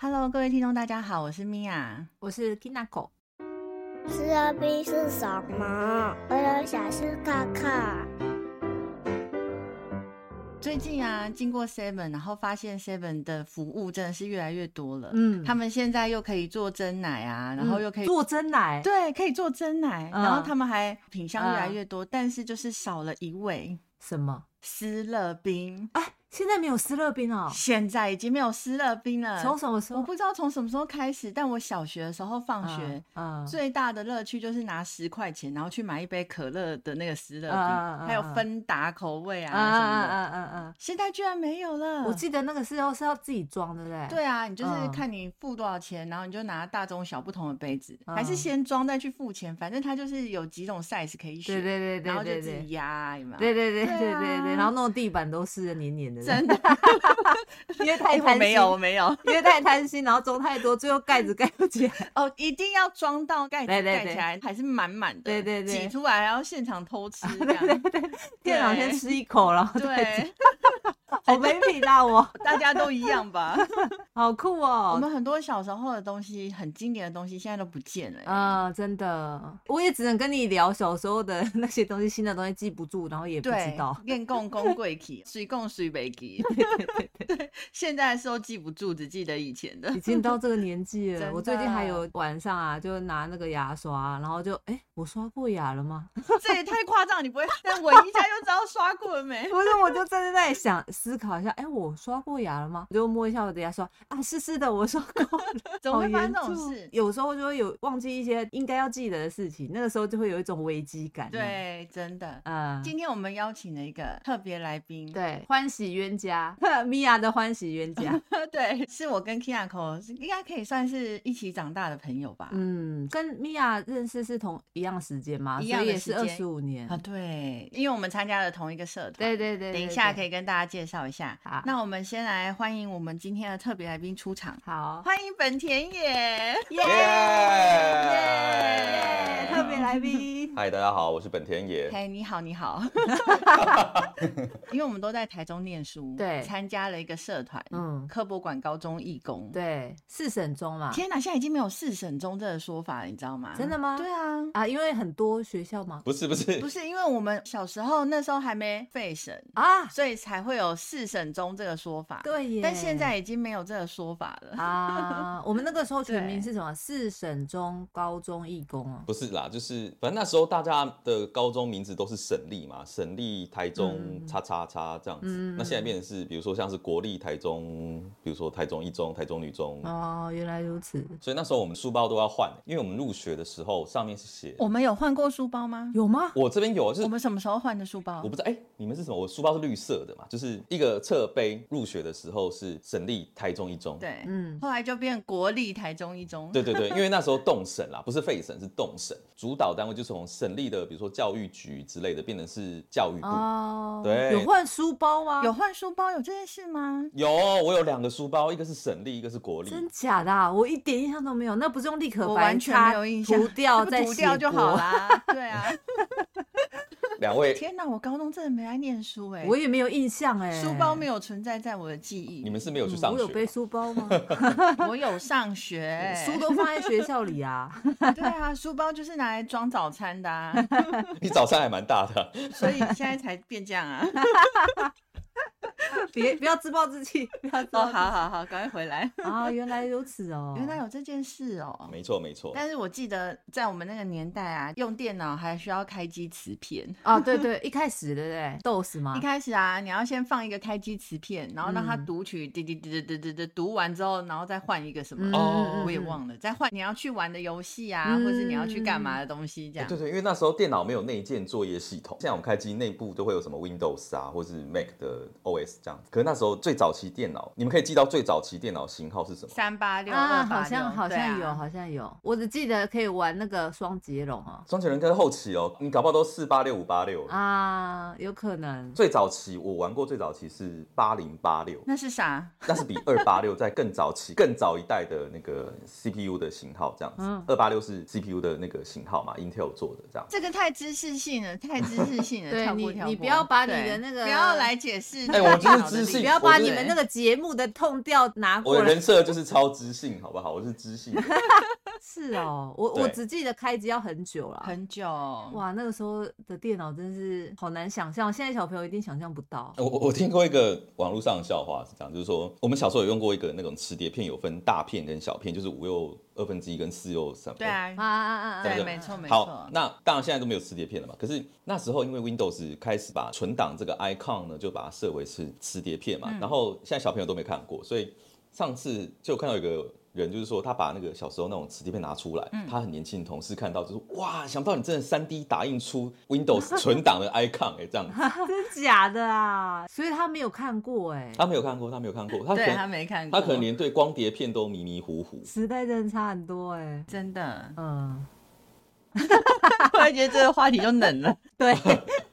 Hello，各位听众，大家好，我是米娅。我是 Kinako。四二 B 是什么？我有想去看看。最近啊，经过 Seven，然后发现 Seven 的服务真的是越来越多了。嗯他们现在又可以做真奶啊，然后又可以、做真奶，对，可以做真奶，嗯然后他们还品相越来越多，但是就是少了一位什么？斯乐冰，哎，现在没有斯乐冰哦，现在已经没有斯乐冰了。从什么时我候？不知道从什么时候开始，但我小学的时候放学。嗯，嗯，最大的乐趣就是拿十块钱，然后去买一杯可乐的那个斯乐冰，嗯嗯嗯还有芬达口味啊啊啊什么啊的。啊啊啊！现在居然没有了，我记得那个时候是要自己装的嘞。对啊，你就是嗯看你付多少钱，然后你就拿大中小不同的杯子，嗯还是先装再去付钱，反正它就是有几种 size 可以选，对对对然后对就对自己对。压，有没有？对对对对对啊对对，然后弄地板都湿的黏黏的，真的，因为太哎我贪没心，有，我没有因为太贪心，然后装太多，最后盖子盖不起来。哦，一定要装到盖子对对盖对起来，还是满满的，对对对挤出来然后现场偷吃，这样店长先吃一口，然后再对， 好没品啊我，大家都一样吧？好酷我哦。们很多小时候的东西，很经典的东西，现在都不见了。啊、真的，我也只能跟你聊小时候的 那些东西，新的东西记不住，然后也不知对道。，练供供贵哦体，水供水北 体。现在的时候记不住，只记得以前 的已。经到这个年 纪真了，的我最近还有晚上啊，就拿那个牙刷，然后就哎、我刷过牙了吗？ 这也太夸张，你不会再闻一下就知道刷过了 没？不是，我 就站在那里想思考一下，哎、我刷过牙了吗？我就摸一下我的牙刷，啊，是是的，我刷过了。 怎么好会发生严这种重事？有时候就会有忘记一些应该要记得的事情，那个时候就会有一种危机感。，对，真的。嗯，今天我们邀请了一个特别来宾，对，欢喜冤家， 米娅的欢喜冤家。 对，是我跟 Kiyako 应该可以算是一起长大的朋友吧？嗯，跟米娅认识是同一样时间嘛，一所样以的也时间是二十五年。啊，对，因为我们参加了同一个社团。对对对，等一下可以。以跟大家介绍一下。好那我们先来欢迎我们今天的特别来宾出场，好，欢迎本田野。耶耶，耶！特别来宾嗨，大家好，我是本田野。嘿、你好，你 好。因为我们都在台中念书，对参加了一个社团，嗯， 嗯科博馆高中义工。，对，四省中嘛，天哪，现在已经没有四省中这个说法了，你知道吗？真的吗对啊。啊，因为很多学校嘛，不是不是不，是，因为我们小时候那时候还没废省，啊，所以才会有四省中这个说法。，对耶，但现在已经没有这个说法了。啊，我们那 个时候全名对是什么？四省中高中义工哦，不是啦，就是反正那时候大家的高中名字都是省立嘛，省立台中嗯叉叉叉这样子。嗯那现在变成是，比如说像是国立台中，比如说台中一中、台中女中。哦，原来如此，所以那时候我们书包都要换，因为我们入学的时候上面是写哦我们有换过书包吗？有吗？我这边有，啊就我是们什么时候换的书包我？不知道，哎、你们是什么？我书包是绿色的嘛，就是一个侧背。入学的时候是省立台中一中，对，嗯，后来就变国立台中一 中。对对对，因为那时候动省啦，不 是废省，是动省，主导单位就从省立的，比如说教育局之类的，变成是教育部。哦，对有换书包吗？有，换书包有这件事吗？有，我有两个书包，一个是省立，一个是国立。真假的啊？我一点印象都没有，那不是用立可白我完全没有印象，擦涂 掉再涂掉写就过好。 啦。对啊，两位，天哪，我高中真的没来念书哎、我也没有印象哎，书包没有，有存在在我的记忆。你们是没有去上我学？ 有背书包 吗？我有上学、书都放在学校里 啊。对啊，书包就是拿来装早餐的、 啊，你早餐还蛮大的啊， 所以现在才变这样啊。 别不要自暴自弃，不要自哦，暴自好好好，赶快回来。弃啊！原来如此哦， 原来有这件事哦。没错没错。但是我记得在我们那个年代啊，用电脑还需要开机磁片。啊，对对，一开始对不对？豆是吗一？开始啊，你要先放一个开机磁片，然后让它嗯读取，滴滴滴滴滴滴滴，读完之后，然后再换一个什么，嗯嗯哦我也忘了，再换你要去玩的游戏啊，或是你要去干嘛的东西这哎样。对对，因为那时候电脑没有内建作业系统，现在我们开机内部都会有什么 Windows 啊，或是 Mac 的 OS 这样。可是那时候最早期电脑，你们可以记到最早期电脑型号是什么？三八六啊，二八好六，像好像对有，啊好像有，我只记得可以玩那个双截龙哦。双杰人跟后期哦，你搞不好都四八六五八六了。啊，有可 能最早期我玩过，最早期是八零八六，那是啥？那是比二八六在更早期、更早一代的那个 CPU 的型号这样嗯子。二八六是 CPU 的那个型号嘛，Intel 做的这样。这个太知识性了，太知识性了，对跳过你跳过。你不要把你的对那个不要来解释。哎、我们电是脑的知力，性不要把我是你们那个节目的痛调拿我过的来。人设就是超知性，好不好？我是知性的，是哦，我我对只记得开机要很久了。很久哇，哇，那个时候的电脑真是好难想象，现在小朋友一定想象不到。 我我我听过一个网络上的笑话是这样，就是说我们小时候有用过一个那种磁碟片，有分大片跟小片，就是五又二分之一跟四又什么。对。啊啊，啊啊啊！对，对没错没好错，，那当然现在都没有磁碟片了嘛。可是那时候因为 Windows 开始把存档这个 icon 呢，就把它设为是磁碟片嘛。嗯然后现在小朋友都没看过，所以上次就看到有个人就是说他把那个小时候那种磁碟片拿出来，嗯他很年轻的同事看到就说哇，想不到你真的3 D 打印出 Windows 存档的 icon 哎、这样子。真假的啊？所以他没有看过哎、啊他没有看过，他没有看过，他可对他能没看过，他可能连对光碟片都迷迷糊糊。时代真的差很多哎、，真的 嗯，突然觉得这个话题就冷了。 对。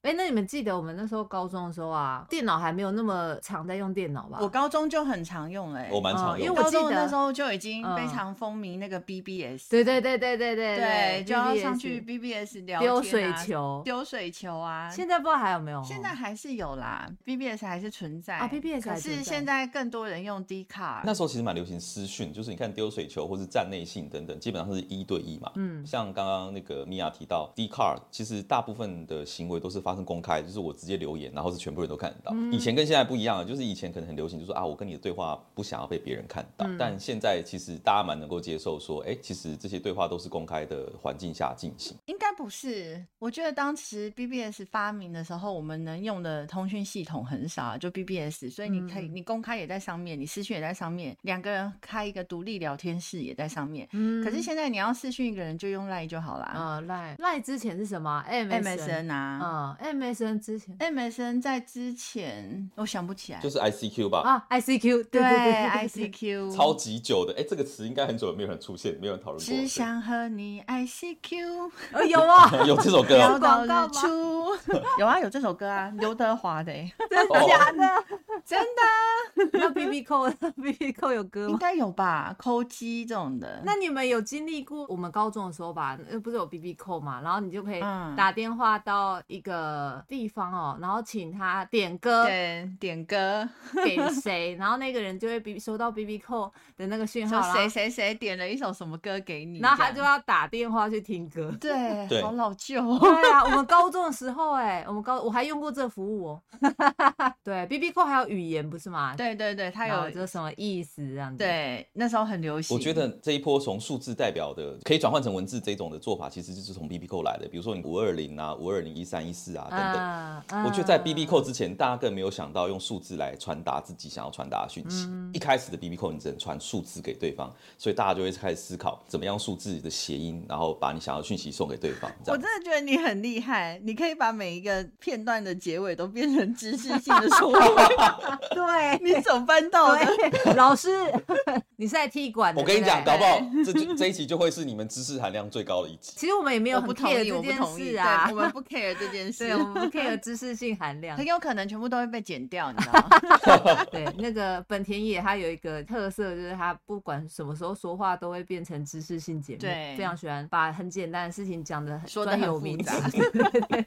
哎、那你们记得我们那时候高中的时候啊，电脑还没有那么常在用电脑吧？我高中就很常用哎，我蛮嗯常因用为高的，我记中得那时候就已经非嗯常风靡那个 BBS，对对对对对对对，就要上去 BBS BBS 聊丢天水啊球。丢水球啊。现在不知道还有没有哦？现在还是有啦，BBS 还是存在啊，BBS 可还存是在现在更多人用 d 卡。那时候其实蛮流行私讯，就是你看丢水球或是站内信等等，基本上是一对一嘛。嗯像刚刚那个米娅提到 d c a r 其实大部分的行为都是发生公开，就是我直接留言，然后是全部人都看得到。以前跟现在不一样了，就是以前可能很流行，就是说啊，我跟你的对话不想要被别人看到，嗯但现在其实大家蛮能够接受说，哎、其实这些对话都是公开的环境下进行。应该不是，我觉得当时 BBS 发明的时候，我们能用的通讯系统很少啊，就 BBS，所以你可以，嗯你公开也在上面，你私讯也在上面，两个人开一个独立聊天室也在上面。嗯可是现在你要私讯一个人就用 Line 就好啦、呃赖赖之前是什么啊 m s n 啊、嗯，MSN 之前 m s n 在之前我想不起来，就是 ICQ 吧，啊，ICQ 对对对对 ICQ 超级久的，哎、这个词应该很久没有人出现，没有人讨论过。只想和你 ICQ 哦有啊，对 有这首歌聊到哦、广日告吗出， 有啊有这首歌啊，刘德华的、欸， 真哦的啊假的？啊真的 那 BB 扣 BB 扣有歌应吗？该有吧，抠鸡这种的。那你们有经历过我们高中的时候吧？呃，不是有 BB 扣嘛，然后你就可以嗯打电话到一个地方哦，然后请他点歌点点歌，给谁，然后那个人就会 B 收到 BB 扣的那个讯说号，然后谁谁谁点了一首什么歌给你，然后他这就样要打电话去听 歌。对，对好老旧哦。对啊，我们高中的时候、哎，我们高我还用过这服务哦。 对，B B 扣还有语言不是吗？， 对对对，他还有有这什么意思这样子？，对那时候很流行。我觉得这一波从数字代表的可以转换成文字这种的做法，其实就是从 B B 扣来的。比如说你五二零啊、五二零一三一四啊等等。啊，啊我觉得在 B B 扣之前，大家更没有想到用数字来传达自己想要传达的讯息。嗯一开始的 B B 扣，你只能传数字给对方，所以大家就会开始思考怎么样数字的谐音，然后把你想要的讯息送给对方。这我样子。真的觉得你很厉害，你可以把每一个片段的结尾都变成知识性的说明，啊对。你怎么办到 的？对，老师， 你是在踢馆的？我跟你讲，对搞不对不好欸这就这一集就会是你们知识含量最高的一集。其实我们也没有我很不同 care 意，我这不件同意，事对啊我。 们不 care 这 件事对，我，们不 care 知识性含 量很。有可能全部都会被剪掉，你知道 吗？对，那个本田野他有一个特色，就是他不管什么时候说话都会变成知识性节目，对非常喜欢把很简单的事情讲的说得专很有复名词杂。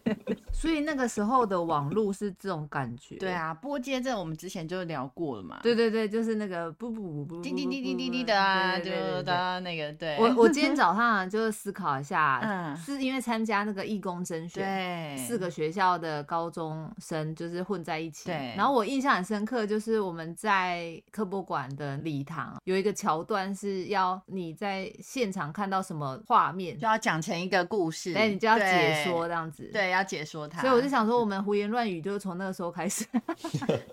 所以那个时候的网络是这种感觉。对，啊，波接这我们之前就聊过了嘛，对对对，就是那个不不不不，叮叮叮叮叮叮的啊，对就对对对对。的那个，对，我我今 天早上啊就是思考一下嗯，是因为参加那个义工甄选，对四个学校的高中生就是混在一起。对然后我印象很深刻，就是我们在科博馆的礼堂有一个桥段是要你在现场看到什么画面，就要讲成一个故事，哎，你就要解说的，这样子。。对，要嗯解说它。所以我就想说，我们胡言乱语就是从那个时候 开始。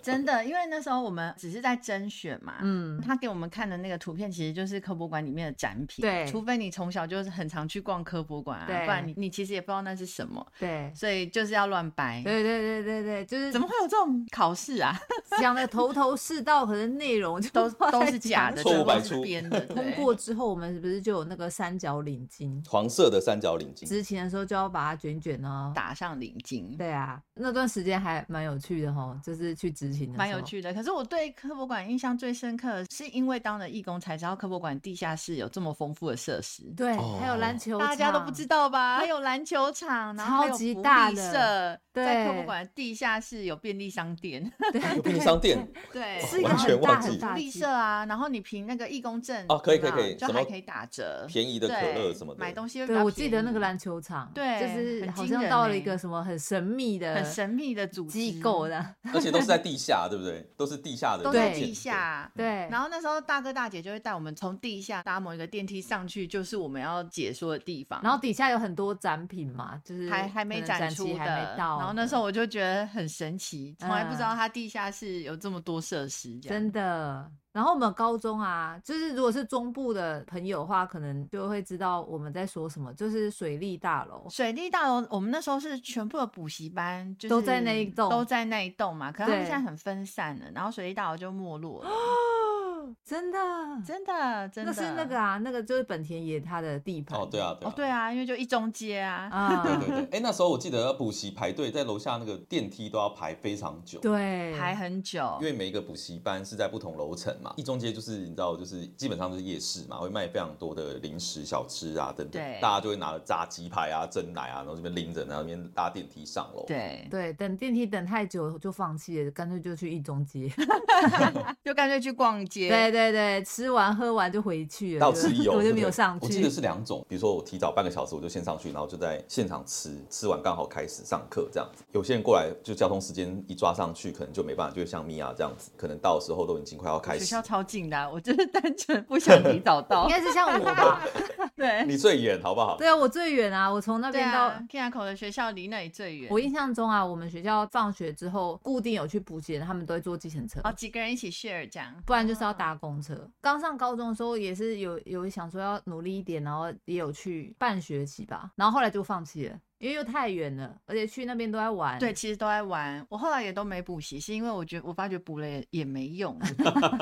真的，因为那时候我们只是在甄选嘛，嗯，他给我们看的那个图片其实就是科博馆里面的展品，对除非你从小就是很常去逛科博馆啊，不对然你你其实也不知道那是什么， 对，所以就是要乱掰。对对对对对，就是怎么会有这种考试啊？讲的头头是道，可是内容就都不知道都 在是假讲的，什错误都么百是出编 的。对通过之后，我们是不是就有那个三角领巾？黄色的三角领巾，执勤的时候就要把它卷卷哦。打上领境。对啊，那段时间还蛮有趣的哈，就是去执勤的，蛮有。趣的，可是我对科博馆印象最深刻，是因为当了义工才知道科博馆地下室有这么丰富的设施。对，哦还有篮球，大家都不知。道吧？还有篮球场，然后还有超级福大利的社，对在科博馆地下室有便利商店，有便利商店， 对哇是一个完全很大忘记很大福的利社啊。然后你凭那个义工证哦，可以可以可以，就什还么可以打折，便宜的可乐什么的，买东西会比对，较我记得那个便宜篮球场，对就是很好惊像人到了欸一个什么很神秘的、很神秘的组织机构，的， 而且都是在地下，对不对？都是地下的，都在对地。下。对，然后那时候大哥大姐就会带我们从地下搭某一个电梯上去，就是我们要解说的地方。然后底下有很多展品嘛，就是还还可没能展展出期的，还没到。然后那时候我就觉得很神奇，从来不知道嗯它地下室有这么多设施，这样真的。然后我们高中啊，就是如果是中部的朋友的话，可能就会知道我们在说什么，就是水利大楼。水利大楼，我们那时候是全部的补习班，就是都在那一栋都在那一栋嘛。可是他们对现在很分散了，然后水利大楼就没落 了，真的，真的，真的。那是那个啊，那个就是本田野他的地盘。哦，对啊，对哦啊，，对啊，因为就一中街啊，啊，对对对。哎、那时候我记得要补习排队，在楼下那个电梯都要排非常久。对，啊排很久因，为每一个补习班是在不同楼层嘛，一中街就是你知道，就是基本上就是夜市嘛，会卖非常多的零食、小吃啊等等对，大家就会拿着炸鸡排啊、蒸奶啊，然后这边拎着，然后那边搭电梯上楼。，对，对，等电梯等太久就放弃了，干脆就去一中街。就干脆去逛街。对对对，吃完喝完就回去了，到就此一游， 我对就不没有对上去。我记得是两种，比如说我提早半个小时我就先上去，然后就在现场吃，吃完刚好开始上课这样子。有些人过来就交通时间一抓上去，可能就没办法，就会像米娅这样子，可能到时候都已经快要开学始校。超近的啊、我就是单纯不想提早到应。该是像我 吧？ 对你最远好不好？对啊，我最远啊，我从那对边到、啊 k i a 口的学校离那里最远。我印象中啊，我们学校放学之后固定有去补习的人，他们都会坐计程车。哦，几个人一起 share 这样。不然就是要嗯搭公车。刚上高中的时候也是有有想说要努力一点，然后也有去半学期吧，然后后来就放弃了，因为又太远了，而且去那边都在玩。对，，其实都在玩。我后来也都没补习，是因为我觉得我发觉补了也也没 用，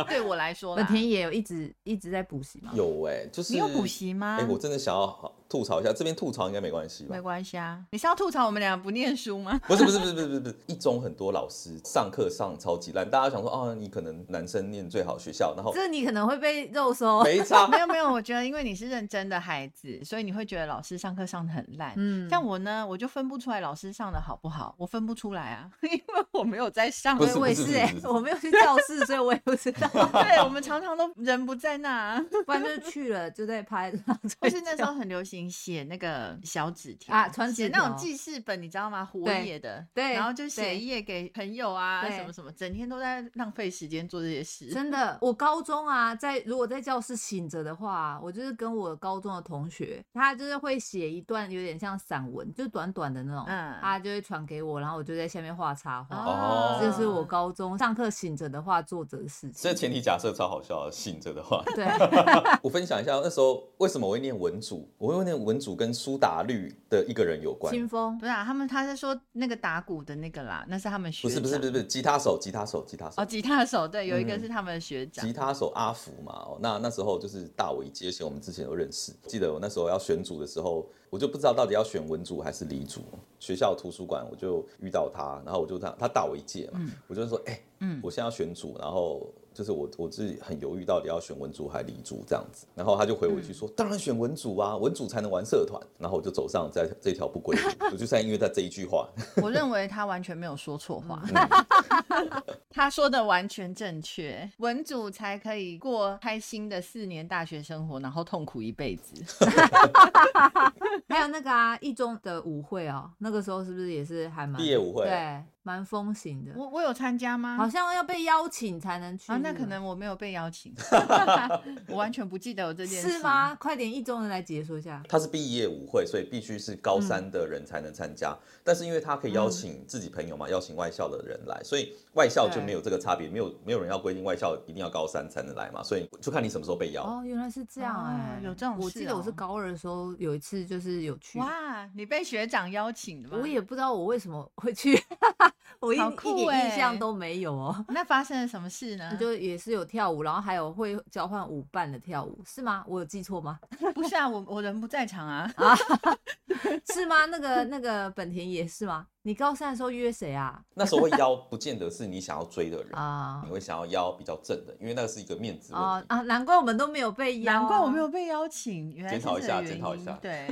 对我来说本啦。田也有一直一直在补习嘛。有哎、就是你有补习吗哎、我真的想要好吐槽一下，这边吐槽应该没关系吧没？关系啊，你是要吐槽我们俩不念书吗？不是不是不是不是不是不是，一中很多老师上课上超级烂，大家想说哦，你可能男生念最好学校，然后这你可能会被肉收。没差啊 没有没有，我觉得因为你是认真的孩子，所以你会觉得老师上课上的很烂。嗯，像我呢，我就分不出来老师上的好不好，我分不出来啊， 因为我没有在上。不是我也不是是哎、不是 我没有去教室，所以我也不知道。对，我们常常都人不在那、 啊，不然就是去了就在拍，或是那时候很流行写那个小纸条啊传写纸那种条记事本，你知道吗？活对页的，对然后就写对一页给朋友啊，对什么什么，整天都在浪费时间做这些事。真的，我高中啊，在如果在教室醒着的话，我就是跟我高中的同学，他就是会写一段有点像散文，就短短的那种，嗯他就会传给我，然后我就在下面画插画。哦啊这就是我高中上课醒着的话做着的事情。这前提假设超好笑的，醒着的话，对，我分享一下那时候为什么我会念文组，我会念文组跟苏打绿的一个人有关，清风不是啊，他们他在说那个打鼓的那个啦，那是他们学不是不是不长是不是吉他手吉他手吉他手哦，吉他手对，有一个嗯是他们的学长吉，他手阿福嘛，哦，那那时候就是大伟接线，我们之前有认识。记得我那时候要选组的时候，我就不知道到底要选文组还是理组。学校图书馆我就遇到他，然后我就他他大我一届嘛，我就说，哎、嗯我现在要选组，然后就是我我自己很犹豫到底要选文组还理组这样子。然后他就回我一句说，当然选文组啊，文组才能玩社团。然后我就走上在这条不归路，我就在因为在这一句话， 我认为他完全没有说错话，嗯 他说的完全正确，文组才可以过开心的四年大学生活，然后痛苦一辈子。还有那个啊，一中的舞会哦，那个时候是不是也是还蛮毕业舞会对，蛮风行的，我我有参加吗？好像要被邀请才能去啊，那是可吗能我没有被邀 请，我完全不记得有这件事。是？吗？快点，一中人来解说一下。它是毕业舞会，所以必须是高三的人才能参加。但是因为他可以邀请自己朋友嘛，邀请外校的人来，所以外校就没有这个差别，没有没有人要规定外校一定要高三才能来嘛，所以就看你什么时候被邀。哦，原来是这样哎、哦有这种我事记得我是哦高二的时候有一次就是有去，哇，你被学长邀请的吗？我也不知道我为什么会去， 我一、好一酷点印象欸都没有哦。那发生了什么事呢？ 就也是有跳舞，然后还有会交换舞伴的跳舞，是吗？我有记错 吗？不是啊，我我人不在场啊。是吗？那个那个本田也是吗？你高三的时候约谁啊？那时候会邀，不见得是你想要追的人， 啊你会想要邀比较正的，因为那个是一个面子问啊题。啊！难怪我们都没有被邀啊，难怪我没有被邀请，原来检是讨一这下个检原讨一因下 对，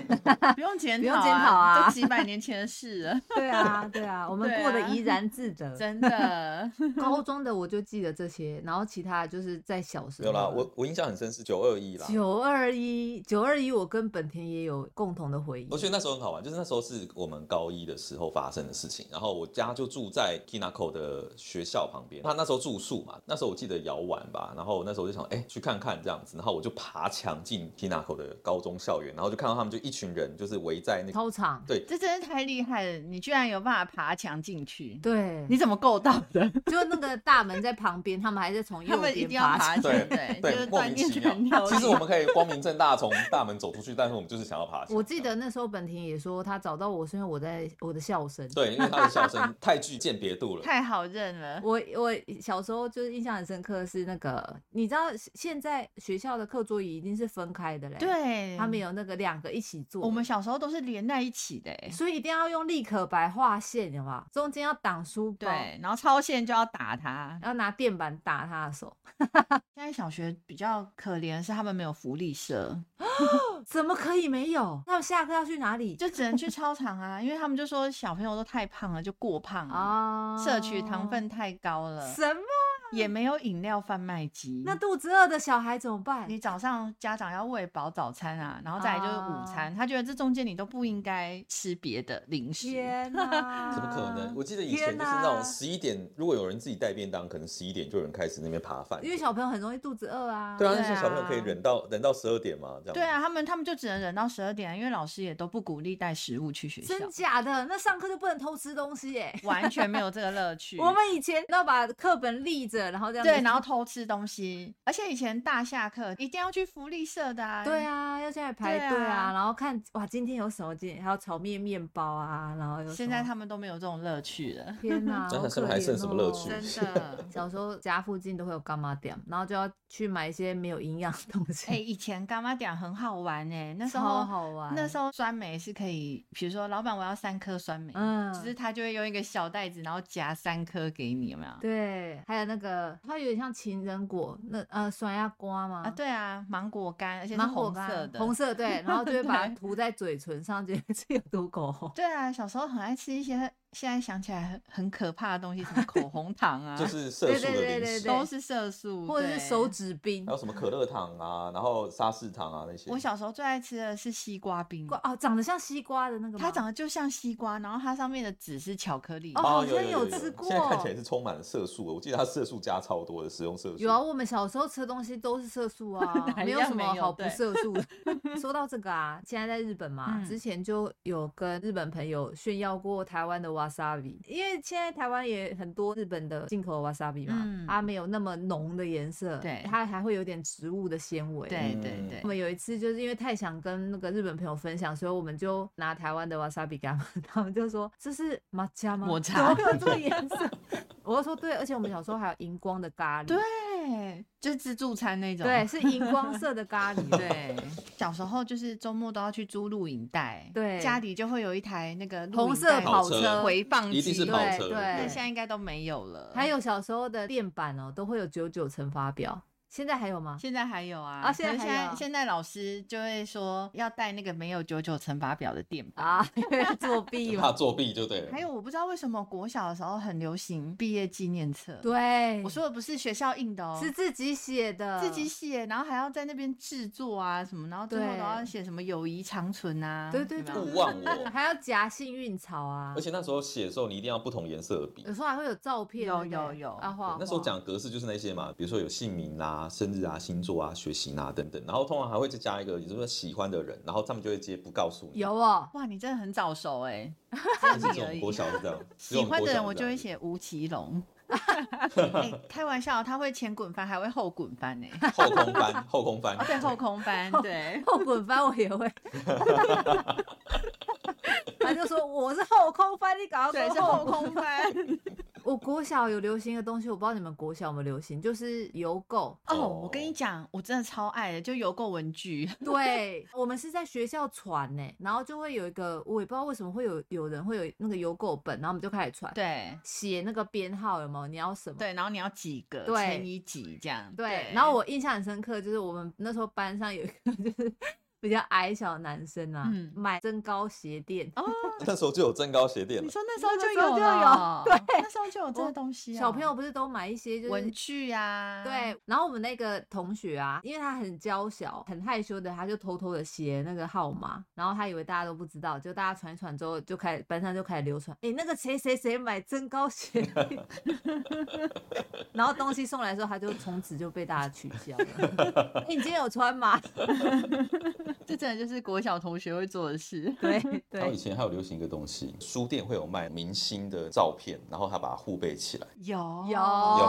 不用检不用讨，检讨啊都几百年前的事 了，对啊，对 啊，我们对过得啊怡然自 得。真的。高中的我就记得这些，然后其他的就是在小时没候有了。啦，我我印象很深是九二一啦，九二一，九二一，我跟本田也有共同的回忆。我觉得那时候很好玩，就是那时候是我们高一的时候发生的事情。然后我家就住在 Kinako 的学校旁边，他那时候住宿嘛，那时候我记得摇完吧，然后我那时候就想，哎、去看看这样子，然后我就爬墙进 Kinako 的高中校园，然后就看到他们就一群人就是围在那个，操场，对这真是太厉害了！你居然有办法爬墙进去，对， 你怎么够到的？ 就那个大门在旁边，他们还在从他右们一边定要爬爬墙起来。，对，就对，是莫锻名炼其全妙。跳。其实我们可以光明正大从大门走出去，但是我们就是想要爬墙。我记得那时候本田也说，他找到我是因为我在我的笑声。对，因为他的笑声太具鉴别度了。太好认了，我我小时候就是印象很深刻的是那个，你知道现在学校的课桌椅一定是分开的嘞，，对，他们。有那个两个一起坐的，我们小时候都是连在一起的欸，所以一定要用立可白画线，有吧？中间要挡书包，对，然后超线就要打他。要拿电板打他的手，现在小学比较可怜的是他们没有福利社，怎么可以没有？那下课要去哪里？就只能去操场啊，因为他们就说小朋友都太胖了，就过胖啊，啊，摄取糖分太高了，什么？也没有饮料贩卖机。啊那肚子饿的小孩怎么办？嗯你早上家长要喂饱早餐啊，然后再来就是午餐，啊他觉得这中间你都不应该吃别的零食。 天哪！怎么可能？我记得以前就是那种十一点，如果有人自己带便当，可能十一点就有人开始那边扒饭。因为小朋友很容易肚子饿啊。对啊，对那些小朋友可以啊忍到忍到十二点嘛，这样。对啊，，他们他们就只能忍到十二点啊，因为老师也都不鼓励带食物去学校，真假的？那上课就不能偷吃东西 耶、完全没有这个乐趣。 我们以前都要把课本立着，然后这样子对，然后偷吃东西，而且以前大下课一定要去福利社的啊。对，啊，要在那里排对啊队啊，然后看哇，今天有什么？今天还有炒面面包啊，然后有现什在么他们都没有这种乐趣 了，天哪，那好剩可还剩怜什么乐哦 。趣真的小时候家附近都会有干妈店，然后就要去买一些没有营养的东西，哎、以前干妈点很好玩哎、那时超候好玩。那时候酸梅是可以，比如说老板我要三颗酸梅，嗯就是他就会用一个小袋子，然后夹三颗给你，有没有？对，还有那个它有点像情人果，那呃酸鸭瓜吗？啊，对啊，芒果干，而且是芒果红干色的，红 色对，然后就会把它对涂在嘴唇上，觉得 这有多口红。对啊，小时候很爱吃一些，现在想起来很很可怕的东西，什么口红糖啊，就是色素对对的零对食，对都是色素，或者是对手。指冰还有什么可乐糖啊，然后沙士糖啊那些。我小时候最爱吃的是西瓜冰，瓜哦，长得像西瓜的那个吗，它长得就像西瓜，然后它上面的籽是巧克力。哦啊好像有吃过现在看起来是充满了色素，我记得它色素加超多的，食用色素。有啊，我们小时候吃的东西都是色素 啊哪，一没有样什么没有好不对色 素的。说到这个啊，现在在日本嘛，嗯之前就有跟日本朋友炫耀过台湾的 wasabi，因为现在台湾也很多日本的进口 wasabi 嘛，嗯它没有那么浓的颜色，对它还会有点植物的纤维。对对嗯对我，们有一次就是因为太想跟那个日本朋友分享，所以我们就拿台湾的 wasabi 给他们， 他们就说这是抹茶吗？抹怎茶么会有这个颜色？ 我就说对，而且我们小时候还有荧光的咖喱。对，就是自助餐那种。对，是荧光色的咖喱。对， 对，小时候就是周末都要去租录影带，对家里就会有一台那个录红影色带跑车回放机，一定是跑对车。对但对现在应该都没有了。还有小时候的电板哦，都会有九九乘法表，现在还有吗？现在还有啊，啊现在可是还现有在现在老师就会说要带那个没有九九乘法表的垫板。啊，因为作弊怕嘛。作弊就对了。还有我不知道为什么国小的时候很流行毕业纪念册，对，我说的不是学校印的哦，是自己写的，自己。写，然后还要在那边制作啊什么，然后最后对都要写什么友谊长存啊，对对有没对，有对勿忘我还要夹幸运草啊而，且那时候写的时候，你一定要不同颜色的笔有。时候还会有照片，有对不对有有啊画对。那时候画讲格式就是那些嘛，比如说有姓名啊、生日啊、星座啊、学习啊等等，然后通常还会再加一个，也就是说喜欢的人，然后他们就会接不告诉你。有哦， 哇，你真的很早熟哎、但是你这而种已国小是这样，只有喜我们欢国的小人是我这就样会写吴奇 隆。 哎开玩笑，他会前滚翻，还会后滚翻欸呢、后空 翻，后空哦翻，对，后空翻， 对，后滚翻我也会。他就说我是后空翻，你搞对，错是后空翻。 我国小有流行一个东西，我不知道你们国小有没有流行，就是邮 购。哦，我跟你讲，我真的超爱的，就邮购文具。 对我们是在学校传呢、然后就会有一个，我也不知道为什么会有有人会有那个邮购本，然后我们就开始传，对写那个编号有没有？你要什么？对，然后你要几个对乘以几这样。对，然后我印象很深刻，就是我们那时候班上有一个就是比较矮小的男生啊，嗯买增高鞋垫，哦，那时候就有增高鞋垫你了，说那时候那个就时候有就了，有对那时候就有这个东西啊。小朋友不是都买一些就是文具啊，对，然后我们那个同学啊，因为他很娇小、很害羞的，他就偷偷的写那个号码，然后他以为大家都不知道，就大家传一传之后，就开始班上就开始流传，哎，那个谁谁谁买增高鞋， 然后东西送来的时候，他就从此就被大家取笑了。哎，你今天有穿吗？这真的就是国小同学会做的事。 对然后对，以前还有流行一个东西，书店会有卖明星的照片，然后他把它护背起来，有有 有有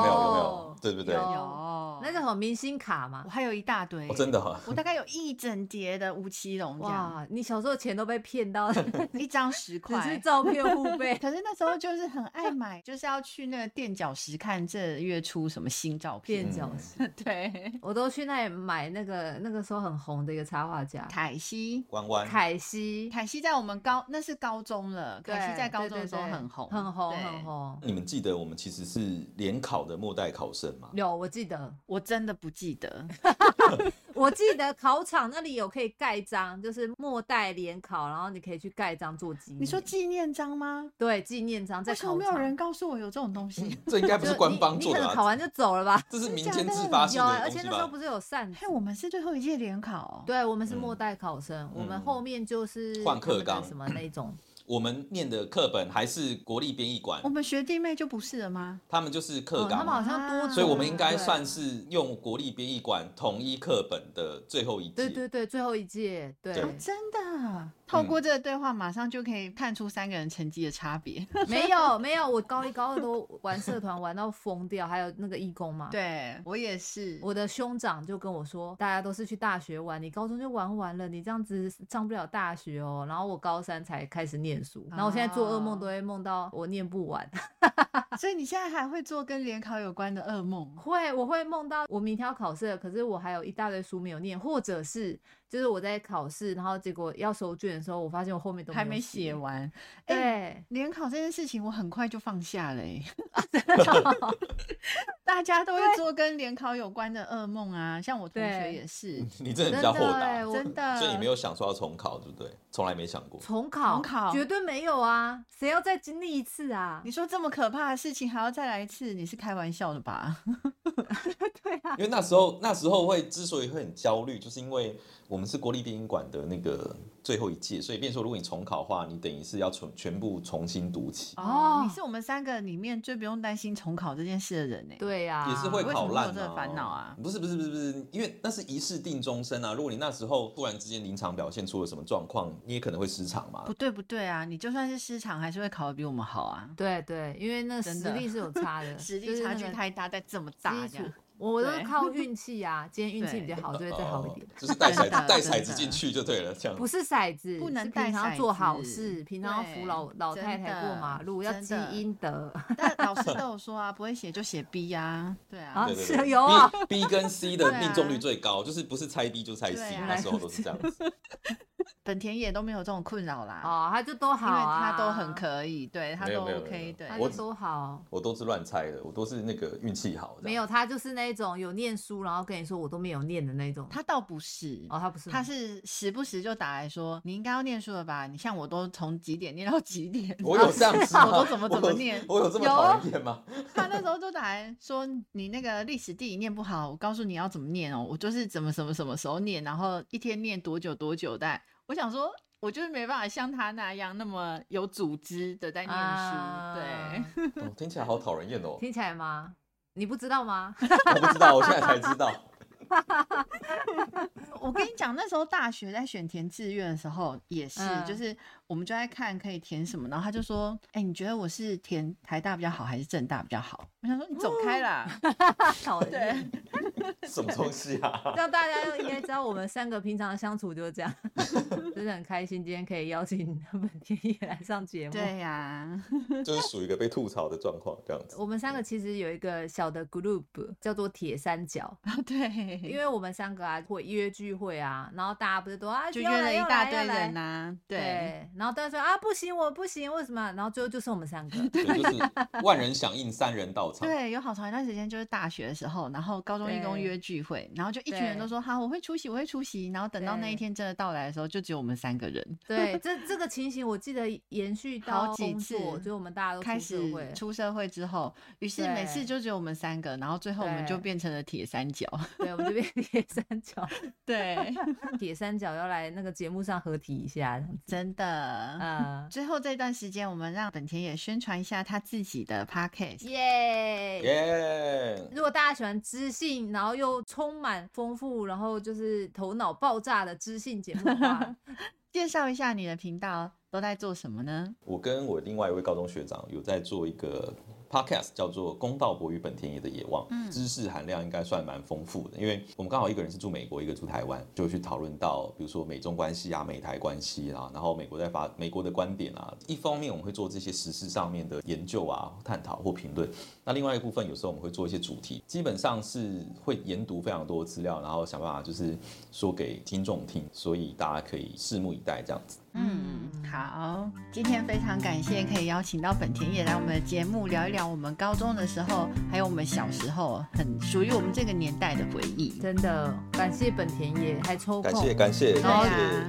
没有？有没哦有？对不对？有哦，有那叫什么明星卡嘛我？还有一大堆，真的哦哈，我大概有一整叠的吴奇隆这样，哇，你小时候钱都被骗到了，只一张十是块。照片互 背。可是那时候就是很爱买，就是要去那个垫脚石看这月出什么新照片。垫脚石， 对，我都去那里买那个那个时候很红的一个插画家凯西，弯弯，凯西，凯西在我们高那是高中了，对凯西在高对中的对时候对很红，很红，对很。红。你们记得我们其实是联考的末代考生 吗？有，我记得，我真的不记 得，我记得考场那里有可以盖章，就是末代联考，然后你可以去盖章做纪念。你说纪念章吗？对纪念章在为什么考没有场人告诉我有这种东 西？这应该不就是官方做你，的你可能考啊，完就走了吧？这是民真的间假的自发性有啊，的而东且西那时候吧不？是有扇子嘿，我们是最后一届联考，对，我们是末嗯代考生，我们嗯后面就是换他们课的纲什么那种，我们念的课本还是国立编译馆我，们学弟妹就不是了吗？他们就是哦课他纲们好嘛，像多啊种，所以我们应该对算是用国立编译馆统一课本的最后一对届。对对，最后一届，对，嗯对哦，真的，透过这个对话，马上就可以看出三个人成绩的差 别。没有没有，我高一高二都玩社团玩到疯掉，还有那个义工嘛。，对我也是，我的兄长就跟我说，大家都是去大学玩，你高中就玩完了，你这样子上不了大学哦。然后我高三才开始念书，然后我现在做噩梦都啊会梦到我念不完， 所以你现在还会做跟联考有关的噩梦？会我会梦到我明天要考试了，可是我还有一大堆书没有念，或者是就是我在考试，然后结果要收卷的时候，我发现我后面都还没没有写。完。对。哎联考这件事情，我很快就放下了、 欸。大家都会做跟联考有关的噩梦啊，像我同学对也是，你真的比较豁达真的欸，我真的。所以你没有想说要重考，对不对？从来没想过。重考，重考绝对没有啊！谁要再经历一次啊？你说这么可怕的事情还要再来一次，你是开玩笑的吧？因为那时候那时候会之所以会很焦虑，就是因为我们是国立电影馆的那个最后一届，所以变成说如果你重考的话，你等于是要全全部重新读起， 哦你是我们三个里面最不用担心重考这件事的人呢、欸。对呀、也是会考为什么会烂、有啊、这个烦恼啊？不是不是不是不是，因为那是一试定终身啊！如果你那时候突然之间临场表现出了什么状况，你也可能会失常嘛不。对不对啊，你就算是失常，还是会考得比我们好啊。对对，因为那个真实的力是有差的，实就力是差那距个太大，但这么大基这样础，我都是对 靠运气啊，今天运气比较好，就会再好一点。哦就是带真的骰子带真的骰子进去就对了，这样不是骰子，不能是带平常骰做好子事，平常要对扶老老太真太的过马路，要真积的阴 德。但老师都有说啊，不会写就写 B 啊，对啊啊，对对对，是有啊 B B 跟 C 对的啊命中率最高，就是不是猜 B 就猜 C，对啊那时候都是 这样子。本田也都没有这种困扰啦，哦，他就都因好为啊，他都很，可以，对他没有都没有没有 OK，对他我就都好。我都是乱猜的，我都是那个运气好。没有，，他就是那种有念书，然后跟你说我都没有念的那种。他倒不是。哦，他不是吗，他是时不时就打来说：“你应该要念书了吧？你像我都从几点念到几点，啊 我有这样 子吗？我都怎么怎么我有念 我有这么有啊讨人 厌吗？他那时候就打来说你那个历史地理念不好，我告诉你要怎么念哦，我就是怎么什么什么时候念，然后一天念多久多久的。我想说，我就是没办法像他那样那么有组织的在念书，啊对。 哦，听起来好讨人厌哦！听起来吗？你不知道 吗？我不知道，我现在才知道。我跟你讲，那时候大学在选填志愿的时候也是，嗯就是我们就在看可以填什么，然后他就说：“哎、你觉得我是哦填台大比较好，还是政大比较好？”我想说你走开啦，讨人对 厌。什么东西啊 这？样大家就应该知道我们三个平常的相处就是这样， 真的很开心今天可以邀请本田也来上节目。对呀、 就是属于一个被吐槽的状况这样子。我们三个其实有一个小的 group 叫做铁三 角，啊对，因为我们三个啊会约聚会啊，然后大家不是都啊就要约来了一要大来堆要来人呐、对，对，然后大家说啊不行我不行为什么？啊然后最后就剩我们 三个，对，就是万人响应，三人到场。对，有好长一段时间就是大学的时候，然后高中一共对约聚会，然后就一群人都对说好，我会出席，我会出席。然后等到那一对天真的到来的时候，就只有我们三个人对，这这个情形我记得延续好到几工作，次就我们大家都开出社会始出社会之后，于是每次对就只有我们三个，然后最后我们就对变成了铁三角。 对，我们这边铁三角， 对，铁三角要来那个节目上合体一下，这 样子真的。呃啊，最后这段时间，我们让本田也宣传一下他自己的 podcast。耶、耶、如果大家喜欢知性，然后又充满丰富，然后就是头脑爆炸的知性节目的 话，介绍一下你的频道都在做什么呢？我跟我另外一位高中学长有在做一个 podcast，叫做《公道博与本田野的野望》，嗯知识含量应该算蛮丰富的。因为我们刚好一个人是住美国，一个住台湾，就去讨论到比如说美中关系啊、美台关系啊，然后美国在发美国的观点啊。一方面我们会做这些时事上面的研究啊、探讨或评论，那另外一部分有时候我们会做一些主题，基本上是会研读非常多的资料，然后想办法就是说给听众听，所以大家可以拭目以待这样子。嗯，好，今天非常感谢可以邀请到本田也来我们的节目聊一聊我们高中的时候，还有我们小时候很属于我们这个年代的回忆。真的感谢本田野还抽空，感谢感谢对感啊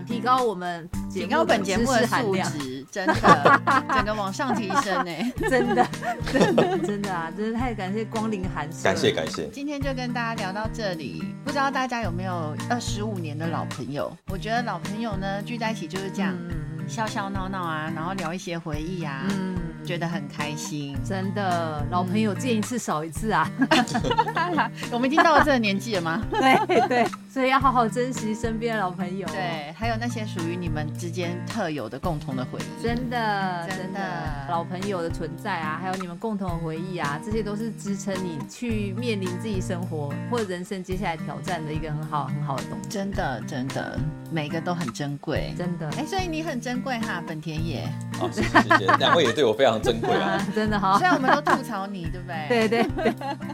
谢。提高我们节警目告的本节目知识的含素量，质真的整个往上提升欸呢。真的 真的真的啊，真的太感谢光临寒舍，感谢感谢，今天就跟大家聊到这里，不知道大家有没有二十五年的老朋友？我觉得老朋友呢聚在一起就是这样，嗯笑笑闹闹啊，然后聊一些回忆啊，嗯觉得很开心。真的老朋友见一次少一次啊，我们已经到了这个年纪了吗？ 对对， 所以要好好珍惜身边的老朋友，，对，还有那些属于你们之间特有的共同的回忆。真的真的真的老朋友的存在啊，还有你们共同的回忆啊，这些都是支撑你去面临自己生活或人生接下来挑战的一个很好很好的东西，真的，真的，每个都很珍贵。真的。哎，所以你很珍贵哈，本田野。好，谢谢谢谢，两位也对我非常珍贵啊啊。，真的好虽，然我们都吐槽你，对不对？。 对对，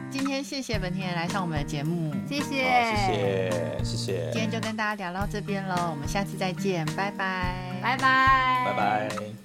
今天谢谢本田野来上我们的节目，谢谢，好，谢谢谢谢今，天就跟大家聊到这边喽，我们下次再见，拜拜，拜拜，拜拜。